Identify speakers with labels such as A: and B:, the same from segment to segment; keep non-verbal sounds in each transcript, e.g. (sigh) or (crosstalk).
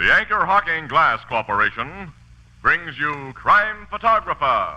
A: Anchor Hawking Glass Corporation brings you Crime Photographer.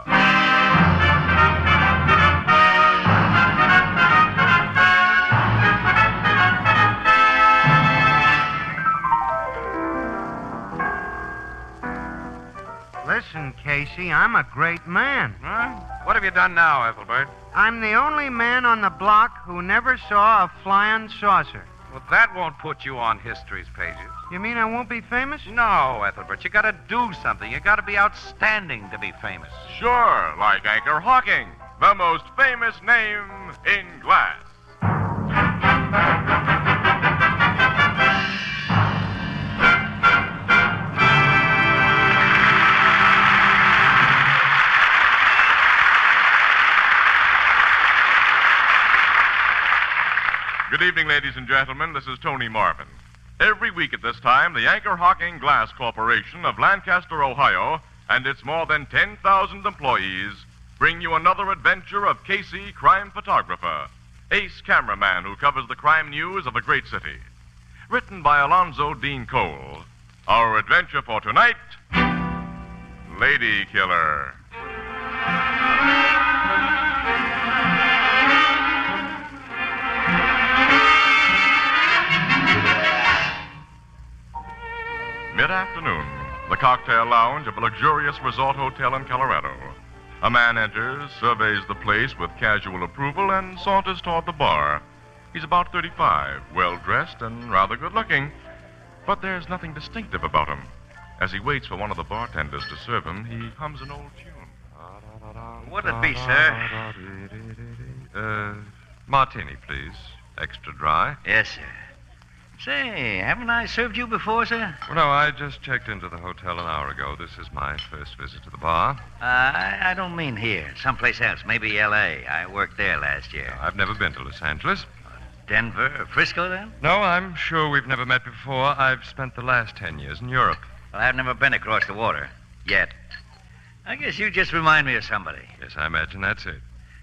B: Listen, Casey, I'm a great man.
C: Huh? What have you done now, Ethelbert?
B: I'm the only man on the block who never saw a flying saucer.
C: Well, that won't put you on history's pages.
B: You mean I won't be famous?
C: No, Ethelbert, you gotta do something. You gotta be outstanding to be famous.
A: Sure, like Anchor Hawking, the most famous name in glass. Good evening, ladies and gentlemen. This is Tony Marvin. Every week at this time, the Anchor Hawking Glass Corporation of Lancaster, Ohio, and its more than 10,000 employees bring you another adventure of Casey, crime photographer, ace cameraman who covers the crime news of a great city. Written by Alonzo Dean Cole. Our adventure for tonight Lady Killer. Mid afternoon, the cocktail lounge of a luxurious resort hotel in Colorado. A man enters, surveys the place with casual approval, and saunters toward the bar. He's about 35, well dressed and rather good looking, but there's nothing distinctive about him. As he waits for one of the bartenders to serve him, he hums an old tune.
C: What'll it be,
A: eh?
C: sir?
D: Uh, martini, please. Extra dry.
E: Yes, sir. Say, haven't I served you before, sir?
D: Well, no, I just checked into the hotel an hour ago. This is my first visit to the bar.
E: Uh, I, I don't mean here. Someplace else. Maybe L.A. I worked there last year.
D: I've never been to Los Angeles.
E: Denver, Frisco, then?
D: No, I'm sure we've never met before. I've spent the last ten years in Europe.
E: Well, I've never been across the water. Yet. I guess you just remind me of somebody.
D: Yes, I imagine that's it.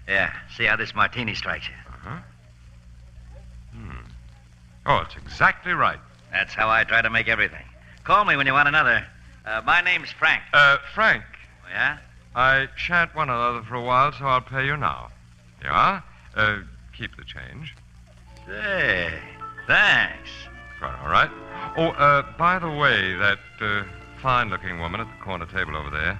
E: Yeah, see how this martini strikes you.
D: Uh-huh. Hmm. Oh, it's exactly right.
E: That's how I try to make everything. Call me when you want another. Uh, my name's Frank.
D: Uh, Frank,
E: Oh, yeah?
D: I shan't want another for a while, so I'll pay you now. Here You are? Uh, keep the change.
E: Say, thanks.
D: Quite all right. Oh, uh, by the way, that uh, fine-looking woman at the corner table over there.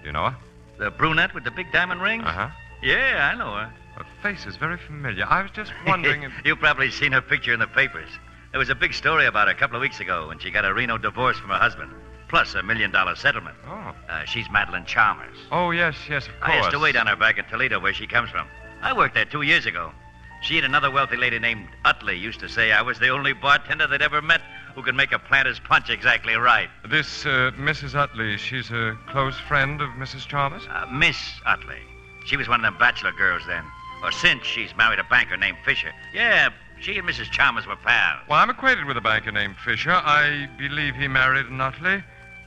D: Do you know her?
E: The brunette with the big diamond rings?
D: Uh huh.
E: Yeah, I know her.
D: Her face is very familiar. I was
E: (laughs)
D: just wondering if.
E: You've probably seen her picture in the papers. There was a big story about her a couple of weeks ago when she got a Reno divorce from her husband, plus a million dollar settlement.
D: Oh.
E: Uh, she's Madeline Chalmers.
D: Oh yes, yes, of
E: I
D: course.
E: used to wait on her back in Toledo, where she comes from. I worked there two years ago. She and another wealthy lady named Utley used to say I was the only bartender they'd ever met who could make a planter's punch exactly right.
D: This uh, Mrs. Utley, she's a close friend of Mrs. Chalmers.
E: Uh, Miss Utley. She was one of them bachelor girls then. Or since she's married a banker named Fisher. Yeah, she and Mrs. Chalmers were pals.
D: Well, I'm acquainted with a banker named Fisher. I believe he married an Utley.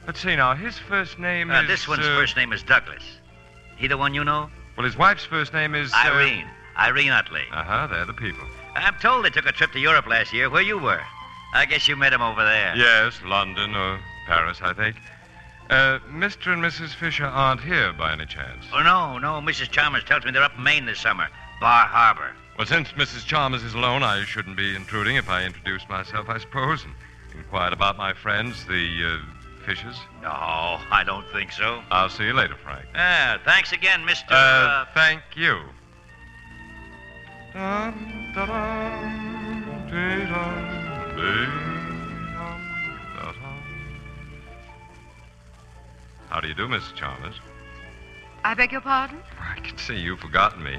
D: Let's see now. His first name
E: Uh,
D: is.
E: this one's
D: uh,
E: first name is Douglas. He the one you know?
D: Well, his wife's first name is. uh,
E: Irene. Irene Utley.
D: Uh huh. They're the people.
E: I'm told they took a trip to Europe last year where you were. I guess you met him over there.
D: Yes, London or Paris, I think. Uh, Mr. and Mrs. Fisher aren't here by any chance.
E: Oh, no, no. Mrs. Chalmers tells me they're up in Maine this summer. Bar Harbor.
D: Well, since Mrs. Chalmers is alone, I shouldn't be intruding if I introduced myself, I suppose, and inquired about my friends, the uh, Fishers.
E: No, I don't think so.
D: I'll see you later, Frank.
E: Ah, thanks again, Mr.
D: Uh, thank you. Dum, da-dum, dee-dum, dee-dum, da-dum. How do you do, Mrs. Chalmers?
F: I beg your pardon?
D: I can see you've forgotten me.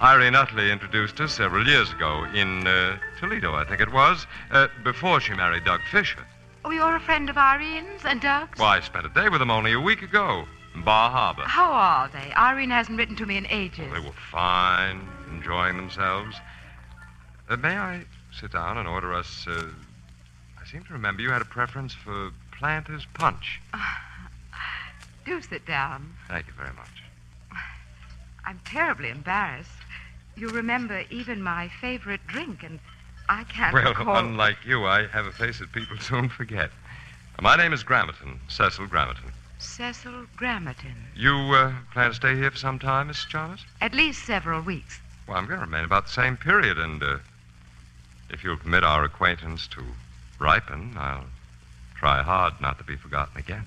D: Irene Utley introduced us several years ago in uh, Toledo, I think it was, uh, before she married Doug Fisher.
F: Oh, you're a friend of Irene's and uh, Doug's?
D: Why, I spent a day with them only a week ago in Bar Harbor.
F: How are they? Irene hasn't written to me in ages.
D: They were fine, enjoying themselves. Uh, may I sit down and order us? Uh, I seem to remember you had a preference for planter's punch.
F: Do sit down.
D: Thank you very much.
F: I'm terribly embarrassed. You remember even my favorite drink, and I can't
D: well, um,
F: recall.
D: (laughs) unlike you, I have a face that people soon forget. My name is Grammerton, Cecil Grammerton.
G: Cecil Grammerton.
D: You uh, plan to stay here for some time, Mrs. Chalmers?
G: At least several weeks.
D: Well, I'm going to remain about the same period, and uh, if you'll permit our acquaintance to ripen, I'll try hard not to be forgotten again.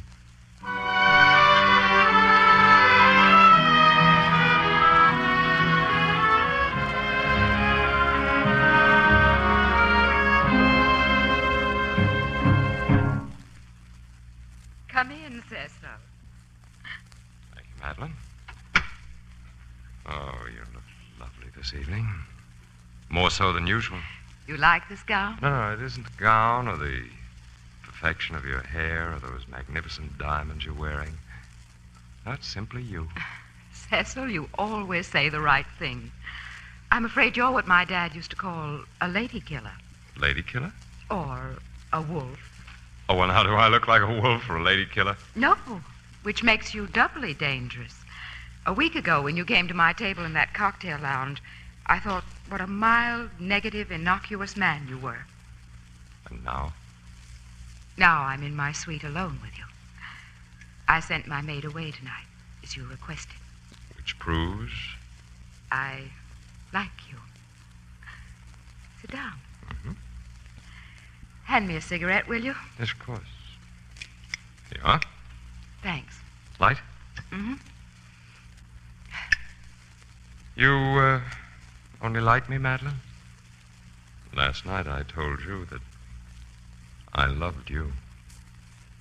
G: Come in, Cecil.
D: Thank you, Madeline. Oh, you look lovely this evening. More so than usual.
G: You like this gown?
D: No, no, it isn't the gown or the perfection of your hair or those magnificent diamonds you're wearing. That's simply you.
G: Cecil, you always say the right thing. I'm afraid you're what my dad used to call a lady killer
D: Lady killer?
G: or a wolf.
D: Oh, well, now do I look like a wolf or a lady killer?
G: No, which makes you doubly dangerous. A week ago, when you came to my table in that cocktail lounge, I thought what a mild, negative, innocuous man you were.
D: And now?
G: Now I'm in my suite alone with you. I sent my maid away tonight, as you requested.
D: Which proves.
G: I like you. Sit down.
D: Mm-hmm.
G: Hand me a cigarette, will you?
D: Yes, of course. Here you are.
G: Thanks.
D: Light?
G: Mm-hmm.
D: You, uh, only like me, Madeline? Last night I told you that I loved you.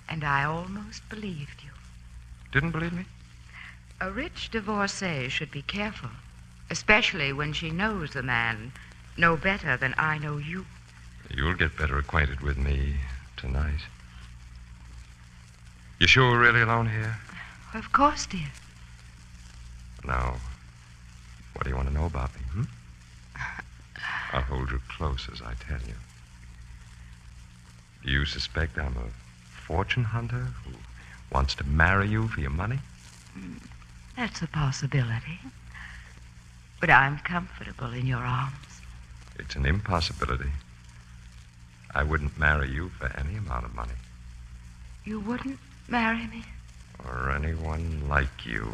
G: And I almost believed you.
D: Didn't believe me?
G: A rich divorcee should be careful, especially when she knows the man no better than I know you.
D: You'll get better acquainted with me tonight. You sure we're really alone here?
G: Of course, dear.
D: Now, what do you want to know about me, (sighs) hmm? I'll hold you close as I tell you. Do you suspect I'm a fortune hunter who wants to marry you for your money?
G: That's a possibility. But I'm comfortable in your arms.
D: It's an impossibility. I wouldn't marry you for any amount of money,
G: You wouldn't marry me?
D: or anyone like you.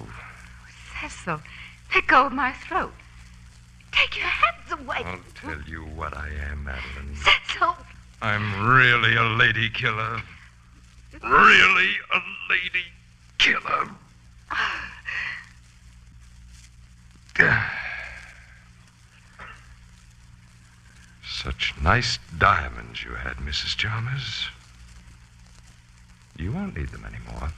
G: Cecil, let go of my throat. Take your hands away.
D: (laughs) I'll tell you what I am, Madeline.
G: Cecil,
D: I'm really a lady killer. Really a lady killer. Such nice diamonds you had, Mrs. Chalmers. You won't need them anymore.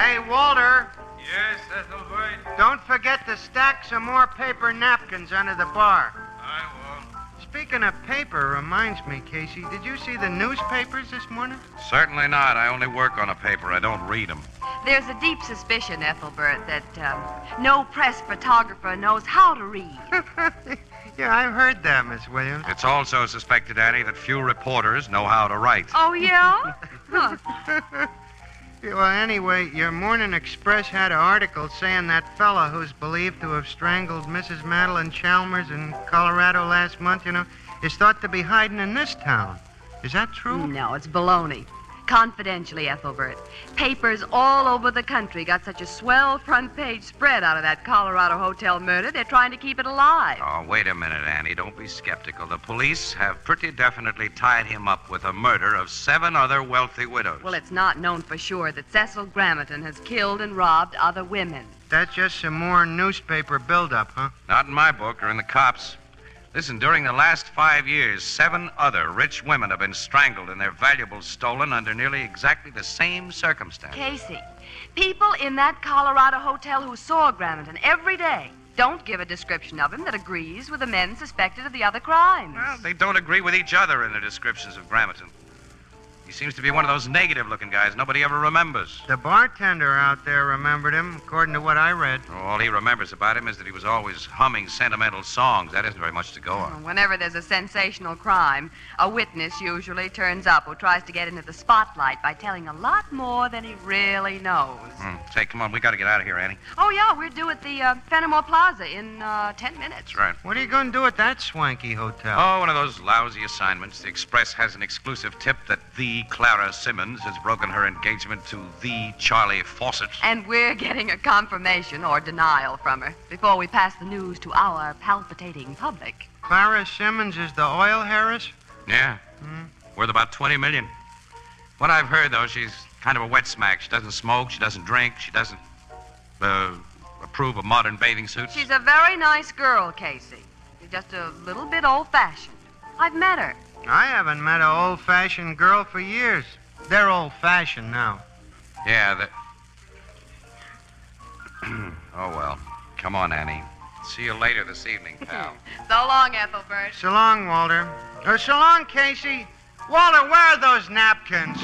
B: Hey, Walter,
H: Yes, Cecil White.
B: don't forget to stack some more paper napkins under the bar.
H: I will.
B: Speaking of paper, reminds me, Casey, did you see the newspapers this morning?
C: Certainly not. I only work on a paper. I don't read them.
I: There's a deep suspicion, Ethelbert, that um, no press photographer knows how to read.
B: yeah, I heard that, Miss Williams.
C: It's also suspected, Annie, that few reporters know how to write.
I: Oh, yeah? Huh.
B: (laughs) Yeah, Well, anyway, your Morning Express had an article saying that fella who's believed to have strangled Mrs. Madeline Chalmers in Colorado last month, you know, is thought to be hiding in this town. Is that true?
I: No, it's baloney. Confidentially, Ethelbert, papers all over the country got such a swell front page spread out of that Colorado hotel murder, they're trying to keep it alive.
C: Oh, wait a minute, Annie. Don't be skeptical. The police have pretty definitely tied him up with the murder of seven other wealthy widows.
I: Well, it's not known for sure that Cecil Grammerton has killed and robbed other women.
B: That's just some more newspaper buildup, huh?
C: Not in my book or in the cops. Listen, during the last five years, seven other rich women have been strangled and their valuables stolen under nearly exactly the same circumstances.
I: Casey, people in that Colorado hotel who saw Grammerton every day don't give a description of him that agrees with the men suspected of the other crimes.
C: Well, they don't agree with each other in the descriptions of Grammerton. He seems to be one of those negative looking guys nobody ever remembers.
B: The bartender out there remembered him, according to what I read.
C: All he remembers about him is that he was always humming sentimental songs. That isn't very much to go on.
I: Whenever there's a sensational crime, a witness usually turns up who tries to get into the spotlight by telling a lot more than he really knows.
C: Hmm. Say, come on, we got to get out of here, Annie.
I: Oh, yeah, we're due at the uh, Fenimore Plaza in uh, ten minutes.
C: That's right.
B: What are you going to do at that swanky hotel?
C: Oh, one of those lousy assignments. The Express has an exclusive tip that the Clara Simmons has broken her engagement to the Charlie Fawcett.
I: And we're getting a confirmation or denial from her before we pass the news to our palpitating public.
B: Clara Simmons is the oil heiress?
C: Yeah. Hmm. Worth about 20 million. What I've heard, though, she's kind of a wet smack. She doesn't smoke, she doesn't drink, she doesn't uh, approve of modern bathing suits.
I: She's a very nice girl, Casey. She's just a little bit old fashioned. I've met her.
B: I haven't met an old fashioned girl for years. They're old fashioned now.
C: Yeah, that. (clears throat) oh, well. Come on, Annie. See you later this evening, pal.
I: So long, Ethelbert.
B: So long, Walter. Or so long, Casey. Walter, where are those napkins?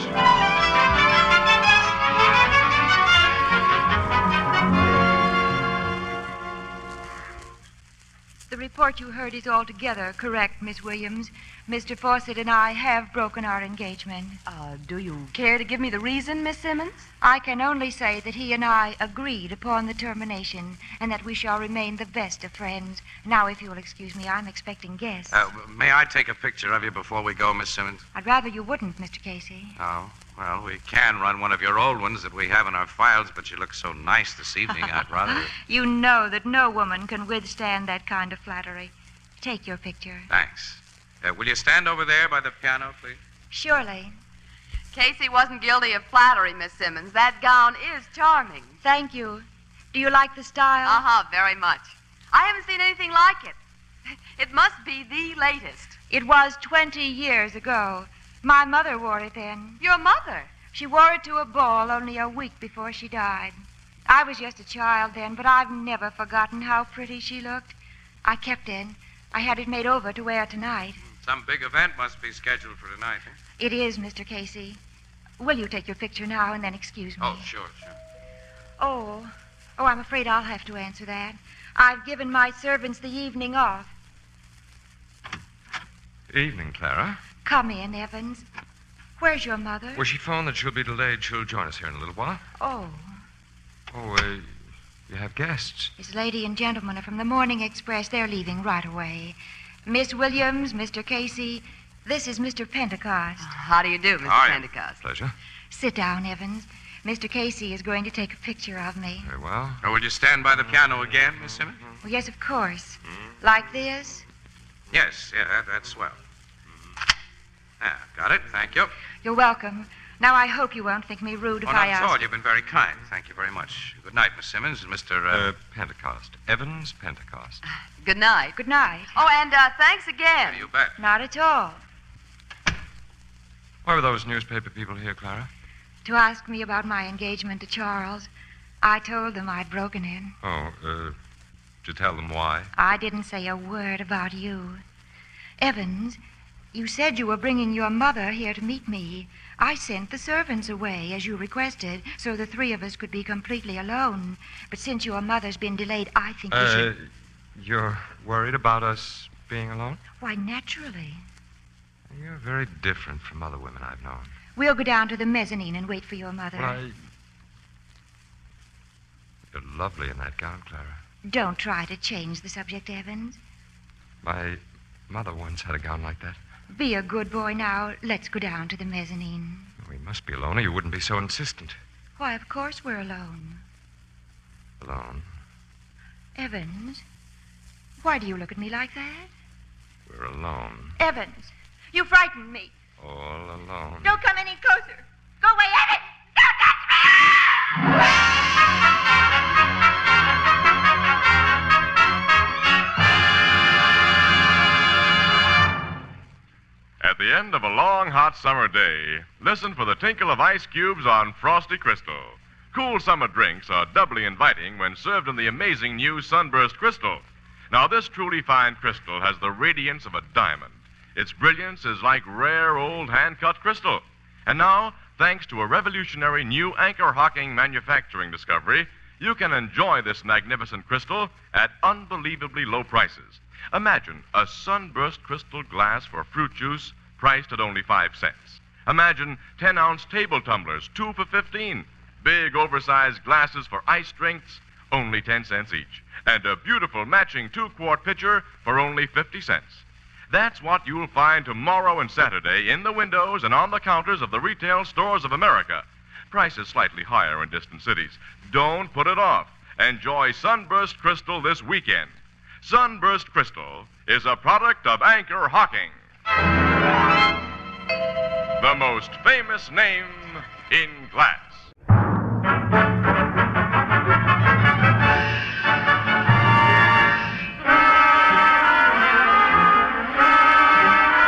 F: The report you heard is altogether correct, Miss Williams. Mr. Fawcett and I have broken our engagement.
I: Uh, do you care to give me the reason, Miss Simmons?
F: I can only say that he and I agreed upon the termination and that we shall remain the best of friends. Now, if you'll excuse me, I'm expecting guests.
C: Uh, may I take a picture of you before we go, Miss Simmons?
F: I'd rather you wouldn't, Mr. Casey.
C: Oh, well, we can run one of your old ones that we have in our files, but you look so nice this
F: (laughs)
C: evening, I'd rather.
F: (gasps) You know that no woman can withstand that kind of flattery. Take your picture.
C: Thanks. Uh, will you stand over there by the piano, please?
F: Surely.
I: Casey wasn't guilty of flattery, Miss Simmons. That gown is charming.
F: Thank you. Do you like the style?
I: Uh huh, very much. I haven't seen anything like it. (laughs) It must be the latest.
F: It was 20 years ago. My mother wore it then.
I: Your mother.
F: She wore it to a ball only a week before she died. I was just a child then, but I've never forgotten how pretty she looked. I kept it. I had it made over to wear tonight.
C: Some big event must be scheduled for tonight. eh?
F: It is, Mr. Casey. Will you take your picture now and then excuse me?
C: Oh, sure, sure.
F: Oh, oh, I'm afraid I'll have to answer that. I've given my servants the evening off.
D: Evening, Clara.
F: Come in, Evans. Where's your mother?
D: Well, she phoned that she'll be delayed. She'll join us here in a little while.
F: Oh,
D: Oh, uh, you have guests.
F: this lady and gentleman are from the morning express. They're leaving right away. Miss Williams, Mr. Casey, this is Mr. Pentecost.
I: How do you do, Mr.
C: Hi.
I: Pentecost?
D: Pleasure.
F: Sit down, Evans. Mr. Casey is going to take a picture of me.
D: Very well. Mm-hmm.
C: Oh, will you stand by the piano again, Miss Simmons? Mm-hmm.
F: Well, yes, of course. Like this?
C: Yes, yeah, that, that's well. Yeah, got it. Thank you.
F: You're welcome. Now, I hope you won't think me rude if
C: oh,
F: I
C: not at all.
F: ask.
C: You've been very kind. Thank you very much. Good night, Miss Simmons and Mr. Uh,
D: Uh, Pentecost. Evans Pentecost.
I: Good night.
F: Good night.
I: Oh, and uh, thanks again.
C: you bet.
F: Not at all.
D: Why were those newspaper people here, Clara?
F: To ask me about my engagement to Charles, I told them I'd broken it.
D: Oh, uh, to tell them why.
F: I didn't say a word about you. Evans, you said you were bringing your mother here to meet me. I sent the servants away, as you requested, so the three of us could be completely alone. But since your mother's been delayed, I think we
D: Uh,
F: should.
D: you're worried about us being alone?
F: Why, naturally.
D: You're very different from other women I've known.
F: We'll go down to the mezzanine and wait for your mother.
D: Well, I. You're lovely in that gown, Clara.
F: Don't try to change the subject, Evans.
D: My mother once had a gown like that.
F: Be a good boy now. Let's go down to the mezzanine.
D: We must be alone, or you wouldn't be so insistent.
F: Why, of course we're alone.
D: Alone.
F: Evans, why do you look at me like that?
D: We're alone.
F: Evans, you frightened me.
D: All alone.
F: Don't come any closer. Go away, Evans! Don't touch me!
A: At the end of a long, hot summer day, listen for the tinkle of ice cubes on frosty crystal. Cool summer drinks are doubly inviting when served in the amazing new Sunburst Crystal. Now, this truly fine crystal has the radiance of a diamond. Its brilliance is like rare old hand cut crystal. And now, thanks to a revolutionary new anchor hocking manufacturing discovery, you can enjoy this magnificent crystal at unbelievably low prices. Imagine a sunburst crystal glass for fruit juice priced at only five cents. Imagine 10 ounce table tumblers, two for 15. Big oversized glasses for ice drinks, only 10 cents each. And a beautiful matching two quart pitcher for only 50 cents. That's what you'll find tomorrow and Saturday in the windows and on the counters of the retail stores of America. Prices slightly higher in distant cities. Don't put it off. Enjoy Sunburst Crystal this weekend. Sunburst Crystal is a product of Anchor Hocking, the most famous name in glass.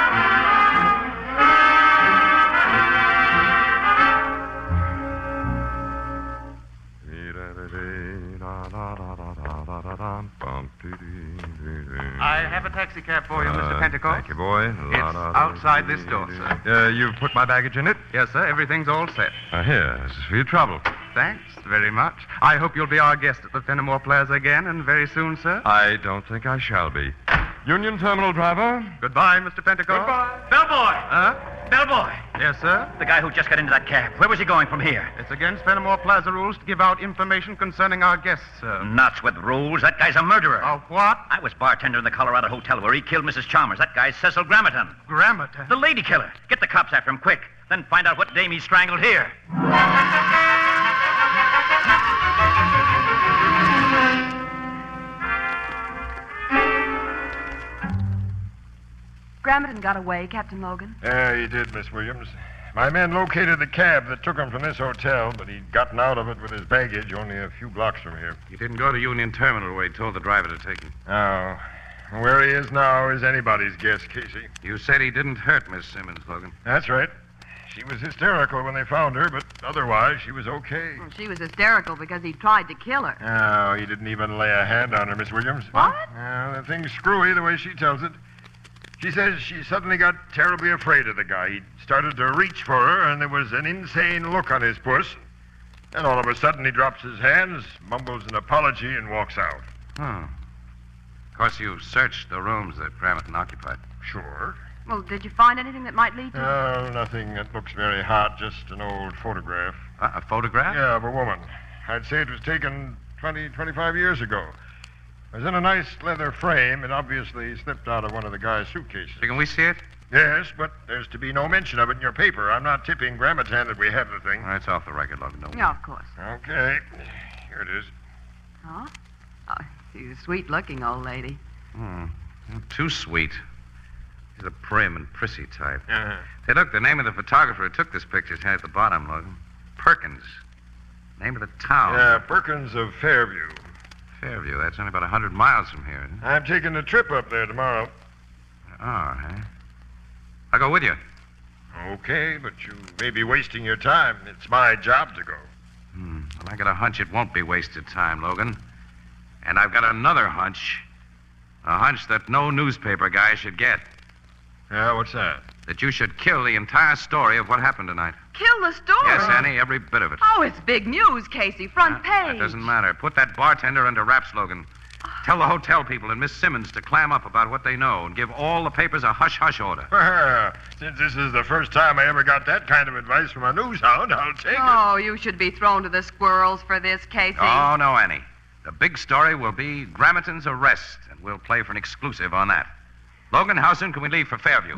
D: I
J: I have a taxi cab for you, Mr. Pentecost.
D: Uh, Thank you, boy.
J: It's outside this door, sir.
D: Uh, you've put my baggage in it?
J: Yes, sir. Everything's all set.
D: Uh, here, this is for your trouble.
J: Thanks very much. I hope you'll be our guest at the Fenimore Plaza again, and very soon, sir.
D: I don't think I shall be. Union Terminal driver?
J: Goodbye, Mr. Pentecost. Goodbye.
E: Bellboy!
J: Huh?
E: Bellboy!
J: Yes, sir.
E: The guy who just got into that cab. Where was he going from here?
J: It's against Fenimore Plaza rules to give out information concerning our guests, sir.
E: Nuts with rules. That guy's a murderer.
J: Of what?
E: I was bartender in the Colorado Hotel where he killed Mrs. Chalmers. That guy's Cecil Grammerton,
J: Grammaton.
E: the lady killer. Get the cops after him quick. Then find out what dame he strangled here.
I: Grammerton got away, Captain Logan.
K: Yeah, he did, Miss Williams. My men located the cab that took him from this hotel, but he'd gotten out of it with his baggage only a few blocks from here.
C: He didn't go to Union Terminal where he told the driver to take him.
K: Oh. Where he is now is anybody's guess, Casey.
C: You said he didn't hurt Miss Simmons, Logan.
K: That's right. She was hysterical when they found her, but otherwise she was okay.
I: Well, she was hysterical because he tried to kill her.
K: Oh, he didn't even lay a hand on her, Miss Williams.
I: What?
K: Yeah, the thing's screwy the way she tells it. She says she suddenly got terribly afraid of the guy. He started to reach for her, and there was an insane look on his puss. And all of a sudden, he drops his hands, mumbles an apology, and walks out.
C: Hmm.
J: Oh,
C: Of course, you searched the rooms that Grammerton occupied.
K: Sure.
I: Well, did you find anything that might lead to...
K: Oh, nothing that looks very hot, just an old photograph.
C: Uh, a photograph?
K: Yeah, of a woman. I'd say it was taken 20, 25 years ago. It was in a nice leather frame and obviously slipped out of one of the guy's suitcases.
C: Can we see it?
K: Yes, but there's to be no mention of it in your paper. I'm not tipping Grammaton that we have the thing.
C: All right, it's off the record, Logan. Don't worry.
I: Yeah, of course.
K: Okay. Here it is.
I: Huh? Oh, she's a sweet-looking old lady.
C: Hmm. Well, Too sweet. He's a prim and prissy type.
K: Uh-huh.
C: Hey, look, the name of the photographer who took this picture is here at the bottom, Logan. Perkins. Name of the town.
K: Yeah, Perkins of Fairview.
C: Fairview. That's only about a 100 miles from here. isn't it?
K: I'm taking a trip up there tomorrow.
C: All right. I'll go with you.
K: Okay, but you may be wasting your time. It's my job to go. (laughs)
C: Hmm. Well, I got a hunch it won't be wasted time, Logan. And I've got another hunch. A hunch that no newspaper guy should get.
K: Yeah, what's that?
C: That you should kill the entire story of what happened tonight.
I: Kill the story.
C: Yes, Annie, every bit of it.
I: Oh, it's big news, Casey. Front
C: Uh,
I: page.
C: That doesn't matter. Put that bartender under wraps, Logan. Tell the hotel people and Miss Simmons to clam up about what they know and give all the papers a hush hush order.
K: Since this is the first time I ever got that kind of advice from a news hound, I'll take it.
I: Oh, you should be thrown to the squirrels for this, Casey.
C: Oh, no, Annie. The big story will be Grammerton's arrest, and we'll play for an exclusive on that. Logan, how soon can we leave for Fairview?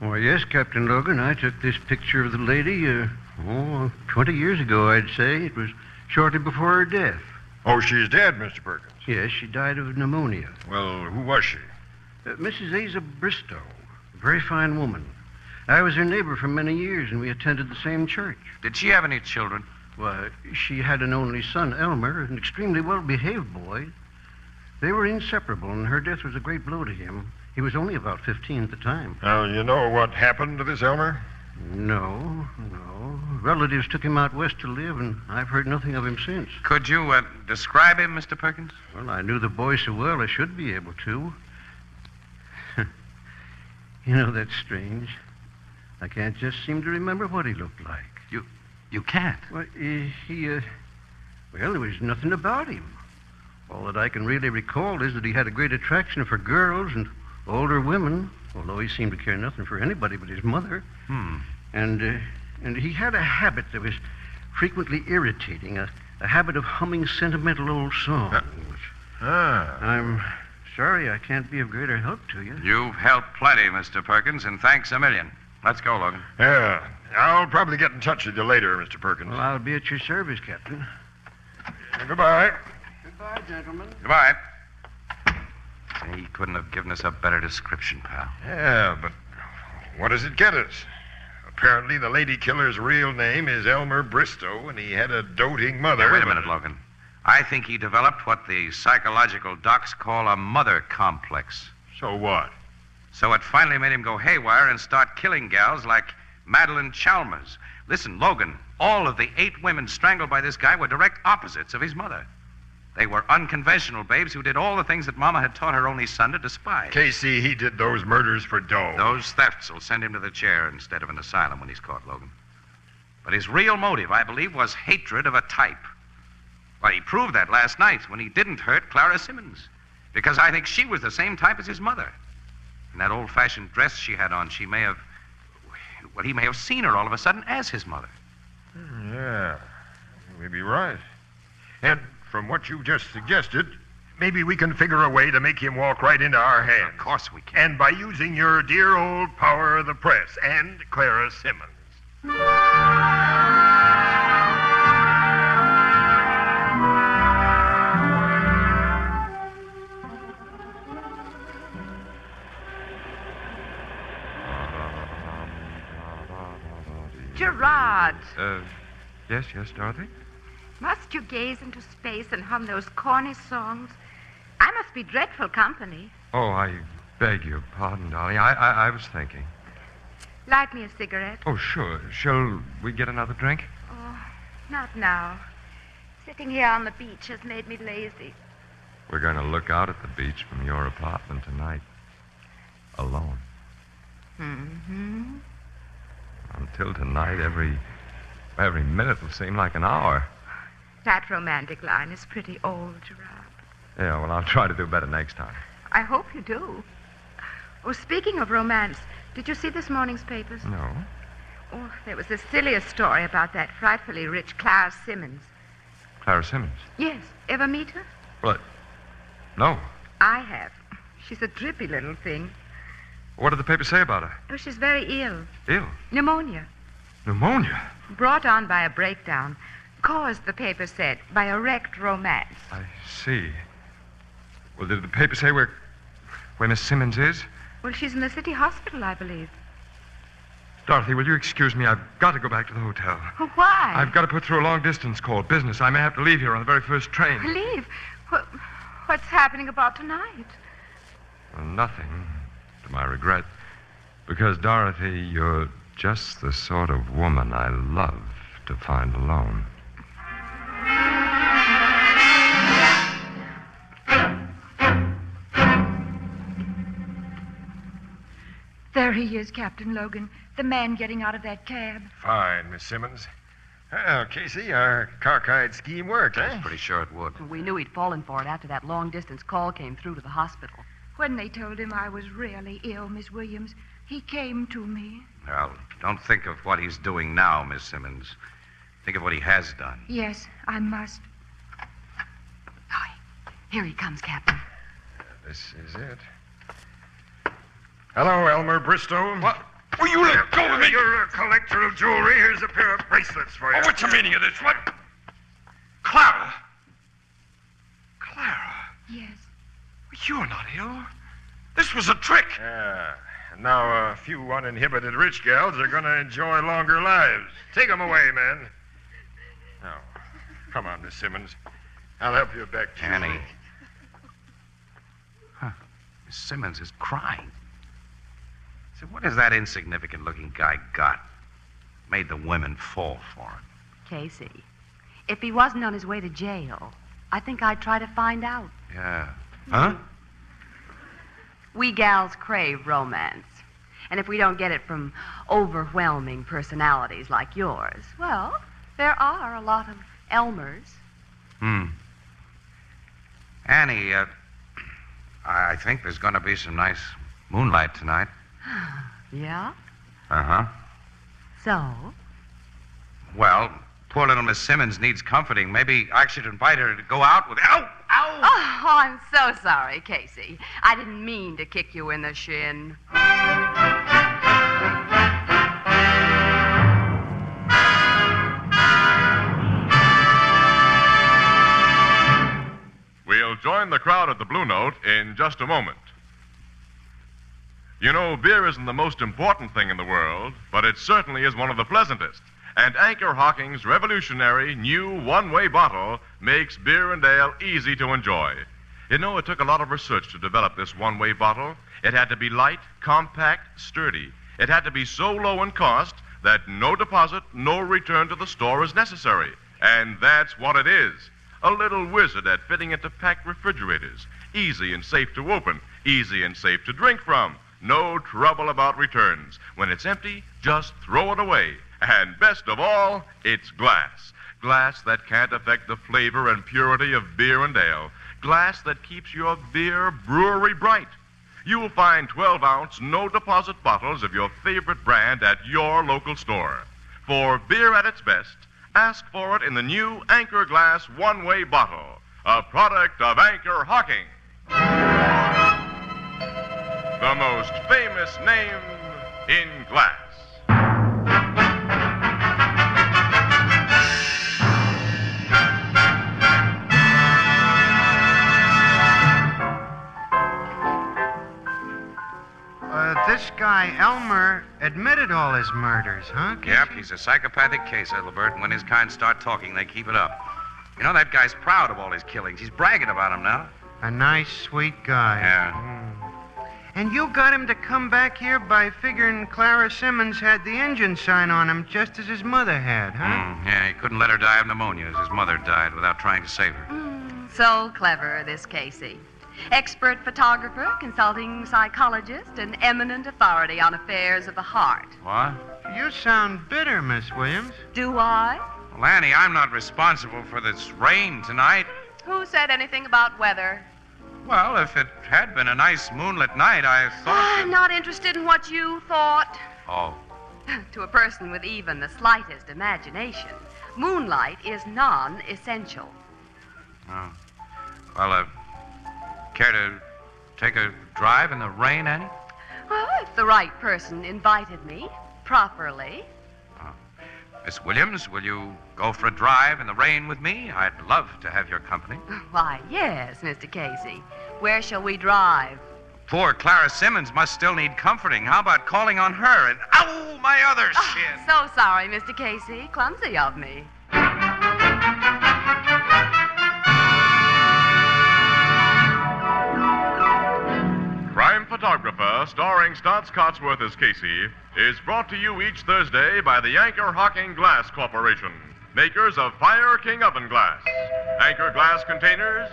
L: Why, yes, Captain Logan. I took this picture of the lady, uh, oh, 20 years ago, I'd say. It was shortly before her death.
K: Oh, she's dead, Mr. Perkins.
L: Yes, she died of pneumonia.
K: Well, who was she?
L: Uh, Mrs. Asa Bristow, a very fine woman. I was her neighbor for many years, and we attended the same church.
C: Did she have any children?
L: Why, she had an only son, Elmer, an extremely well behaved boy. They were inseparable, and her death was a great blow to him. He was only about 15 at the time.
K: Now, you know what happened to this Elmer?
L: No, no. relatives took him out west to live, and I've heard nothing of him since.
C: Could you uh, describe him, Mr. Perkins?
L: Well, I knew the boy so well, I should be able to. (laughs) you know, that's strange. I can't just seem to remember what he looked like.
C: You, you can't?
L: Well, he, he uh, well, there was nothing about him. All that I can really recall is that he had a great attraction for girls and older women, although he seemed to care nothing for anybody but his mother.
C: Hmm.
L: And, uh, and he had a habit that was frequently irritating, a, a habit of humming sentimental old songs.
K: Uh, ah.
L: I'm sorry I can't be of greater help to you.
C: You've helped plenty, Mr. Perkins, and thanks a million. Let's go, Logan.
K: Yeah. I'll probably get in touch with you later, Mr. Perkins.
L: Well, I'll be at your service, Captain.
K: Goodbye.
L: Goodbye, gentlemen.
C: Goodbye. He couldn't have given us a better description, pal.
K: Yeah, but what does it get us? Apparently, the lady killer's real name is Elmer Bristow, and he had a doting mother.
C: Now, wait a minute, Logan. I think he developed what the psychological docs call a mother complex.
K: So what?
C: So it finally made him go haywire and start killing gals like Madeline Chalmers. Listen, Logan, all of the eight women strangled by this guy were direct opposites of his mother. They were unconventional babes who did all the things that Mama had taught her only son to despise.
K: Casey, he did those murders for dough.
C: Those thefts will send him to the chair instead of an asylum when he's caught, Logan. But his real motive, I believe, was hatred of a type. Well, he proved that last night when he didn't hurt Clara Simmons, because I think she was the same type as his mother. In that old fashioned dress she had on, she may have. Well, he may have seen her all of a sudden as his mother.
K: Hmm, Yeah, maybe you're right. And from what you just suggested, maybe we can figure a way to make him walk right into our hands.
C: Of course we can.
K: And by using your dear old power of the press and Clara Simmons.
G: Gerard,
D: Uh, yes, yes, Dorothy?
G: must you gaze into space and hum those corny songs? I must be dreadful company.
D: Oh, I beg your pardon, darling. I, I, I was thinking.
G: Light me a cigarette.
D: Oh, sure. Shall we get another drink?
G: Oh, not now. Sitting here on the beach has made me lazy.
D: We're going to look out at the beach from your apartment tonight. Alone.
G: Mm-hmm.
D: Until tonight, every every minute will seem like an hour.
G: That romantic line is pretty old, Gerard.
D: Yeah, well, I'll try to do better next time.
G: I hope you do. Oh, speaking of romance, did you see this morning's papers?
D: No.
G: Oh, there was the silliest story about that frightfully rich Clara Simmons.
D: Clara Simmons.
G: Yes, ever meet her?
D: What? No.
G: I have. She's a drippy little thing.
D: What did the paper say about her?
G: Oh, she's very ill.
D: Ill.
G: Pneumonia.
D: Pneumonia.
G: Brought on by a breakdown. Caused, the paper said, by a wrecked romance.
D: I see. Well, did the paper say where where Miss Simmons is?
G: Well, she's in the city hospital, I believe.
D: Dorothy, will you excuse me? I've got to go back to the hotel.
G: Oh, why?
D: I've got to put through a long distance call. Business. I may have to leave here on the very first train.
G: Leave? What, what's happening about tonight?
D: Well, Nothing, to my regret. Because, Dorothy, you're just the sort of woman I love to find alone.
F: There he is, Captain Logan, the man getting out of that cab.
K: Fine, Miss Simmons. Well, Casey, our cockeyed scheme worked, eh?
C: Pretty sure it would.
I: We knew he'd fallen for it after that long distance call came through to the hospital.
F: When they told him I was really ill, Miss Williams, he came to me.
C: Well, don't think of what he's doing now, Miss Simmons. Think of what he has done.
F: Yes, I must.
I: Here he comes, Captain.
K: This is it. Hello, Elmer Bristow. What?
M: Will you let go of me?
K: You're a collector of jewelry. Here's a pair of bracelets for you.
M: Oh, what's the meaning of this? What? Clara. Clara,
F: Yes.
M: you're not ill. This was a trick.
K: Yeah. Now, a few uninhibited rich gals are going to enjoy longer lives. Take 'em away, man. Now, come on, Miss Simmons. I'll help you back to
C: Annie. Huh. Miss Simmons is crying. So what has that insignificant looking guy got? Made the women fall for him.
I: Casey, if he wasn't on his way to jail, I think I'd try to find out.
C: Yeah. Huh?
I: We gals crave romance. And if we don't get it from overwhelming personalities like yours, (sighs) well, there are a lot of Elmers.
C: Hmm. Annie, uh, I I think there's going to be some nice moonlight tonight.
I: yeah?
C: Uh huh.
I: So?
C: Well, poor little Miss Simmons needs comforting. Maybe I should invite her to go out with. Ow!
I: Ow! Oh, I'm so sorry, Casey. I didn't mean to kick you in the shin.
A: We'll join the crowd at the Blue Note in just a moment. You know, beer isn't the most important thing in the world, but it certainly is one of the pleasantest. And Anchor Hocking's revolutionary new one way bottle makes beer and ale easy to enjoy. You know, it took a lot of research to develop this one way bottle. It had to be light, compact, sturdy. It had to be so low in cost that no deposit, no return to the store is necessary. And that's what it is. A little wizard at fitting into packed refrigerators. Easy and safe to open, easy and safe to drink from. No trouble about returns. When it's empty, just throw it away. And best of all, it's glass. Glass that can't affect the flavor and purity of beer and ale. Glass that keeps your beer brewery bright. You'll find 12 ounce no deposit bottles of your favorite brand at your local store. For beer at its best, ask for it in the new Anchor Glass one way bottle, a product of Anchor Hocking. The most famous name in glass.
B: Uh, this guy, Elmer, admitted all his murders, huh?
C: Yep, he's a psychopathic case, Ethelbert. And when his kind start talking, they keep it up. You know, that guy's proud of all his killings. He's bragging about him now.
B: A nice, sweet guy. Hmm.
C: Yeah.
B: And you got him to come back here by figuring Clara Simmons had the engine sign on him just as his mother had, huh?
C: Mm, yeah, he couldn't let her die of pneumonia as his mother died without trying to save her.
I: So clever, this Casey. Expert photographer, consulting psychologist, and eminent authority on affairs of the heart.
C: What?
B: You sound bitter, Miss Williams.
I: Do I?
C: Well, Annie, I'm not responsible for this rain tonight.
I: Who said anything about weather?
C: Well, if it had been a nice moonlit night, I
B: (gasps)
C: thought.
I: I'm not interested in what you thought. (laughs)
C: Oh.
I: to a person with even the slightest imagination, moonlight is non essential.
C: oh. Well, uh, care to take a drive in the rain, Annie?
I: Well, if the right person invited me properly. (laughs)
C: Miss Williams, will you go for a drive in the rain with me? I'd love to have your
B: (gasps)
C: company.
I: Why, yes, Mr. Casey. Where shall we drive?
C: Poor Clara Simmons must still need comforting. How about calling on her and ow, my other
B: Ah,
C: shin?
I: So sorry, Mr. Casey. Clumsy of me.
A: Crime Photographer, starring Stotts Cotsworth as Casey, is brought to you each Thursday by the Anchor Hocking Glass Corporation, makers of Fire King Oven Glass, Anchor Glass Containers,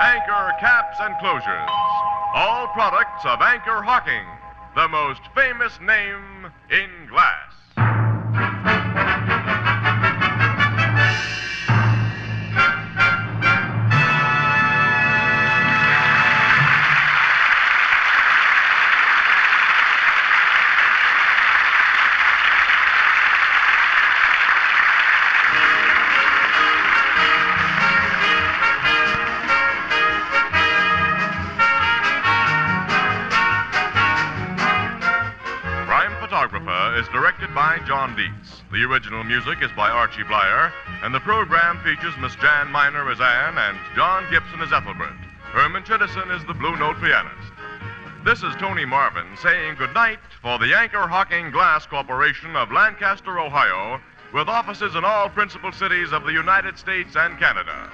A: Anchor Caps and Closures. All products of Anchor Hocking, the most famous name in glass. Crime Photographer is directed by John Dietz. The original music is by Archie Blyer, and the program features Miss Jan Miner as Anne and John Gibson as Ethelbert. Herman Chittison is the Blue Note pianist. This is Tony Marvin saying goodnight for the Anchor Hocking Glass Corporation of Lancaster, Ohio, with offices in all principal cities of the United States and Canada.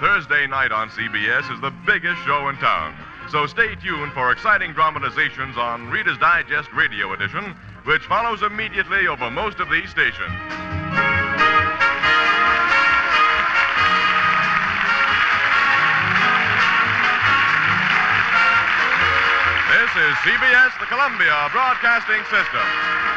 A: Thursday night on CBS is the biggest show in town. So stay tuned for exciting dramatizations on Reader's Digest Radio Edition which follows immediately over most of these stations. This is CBS, the Columbia Broadcasting System.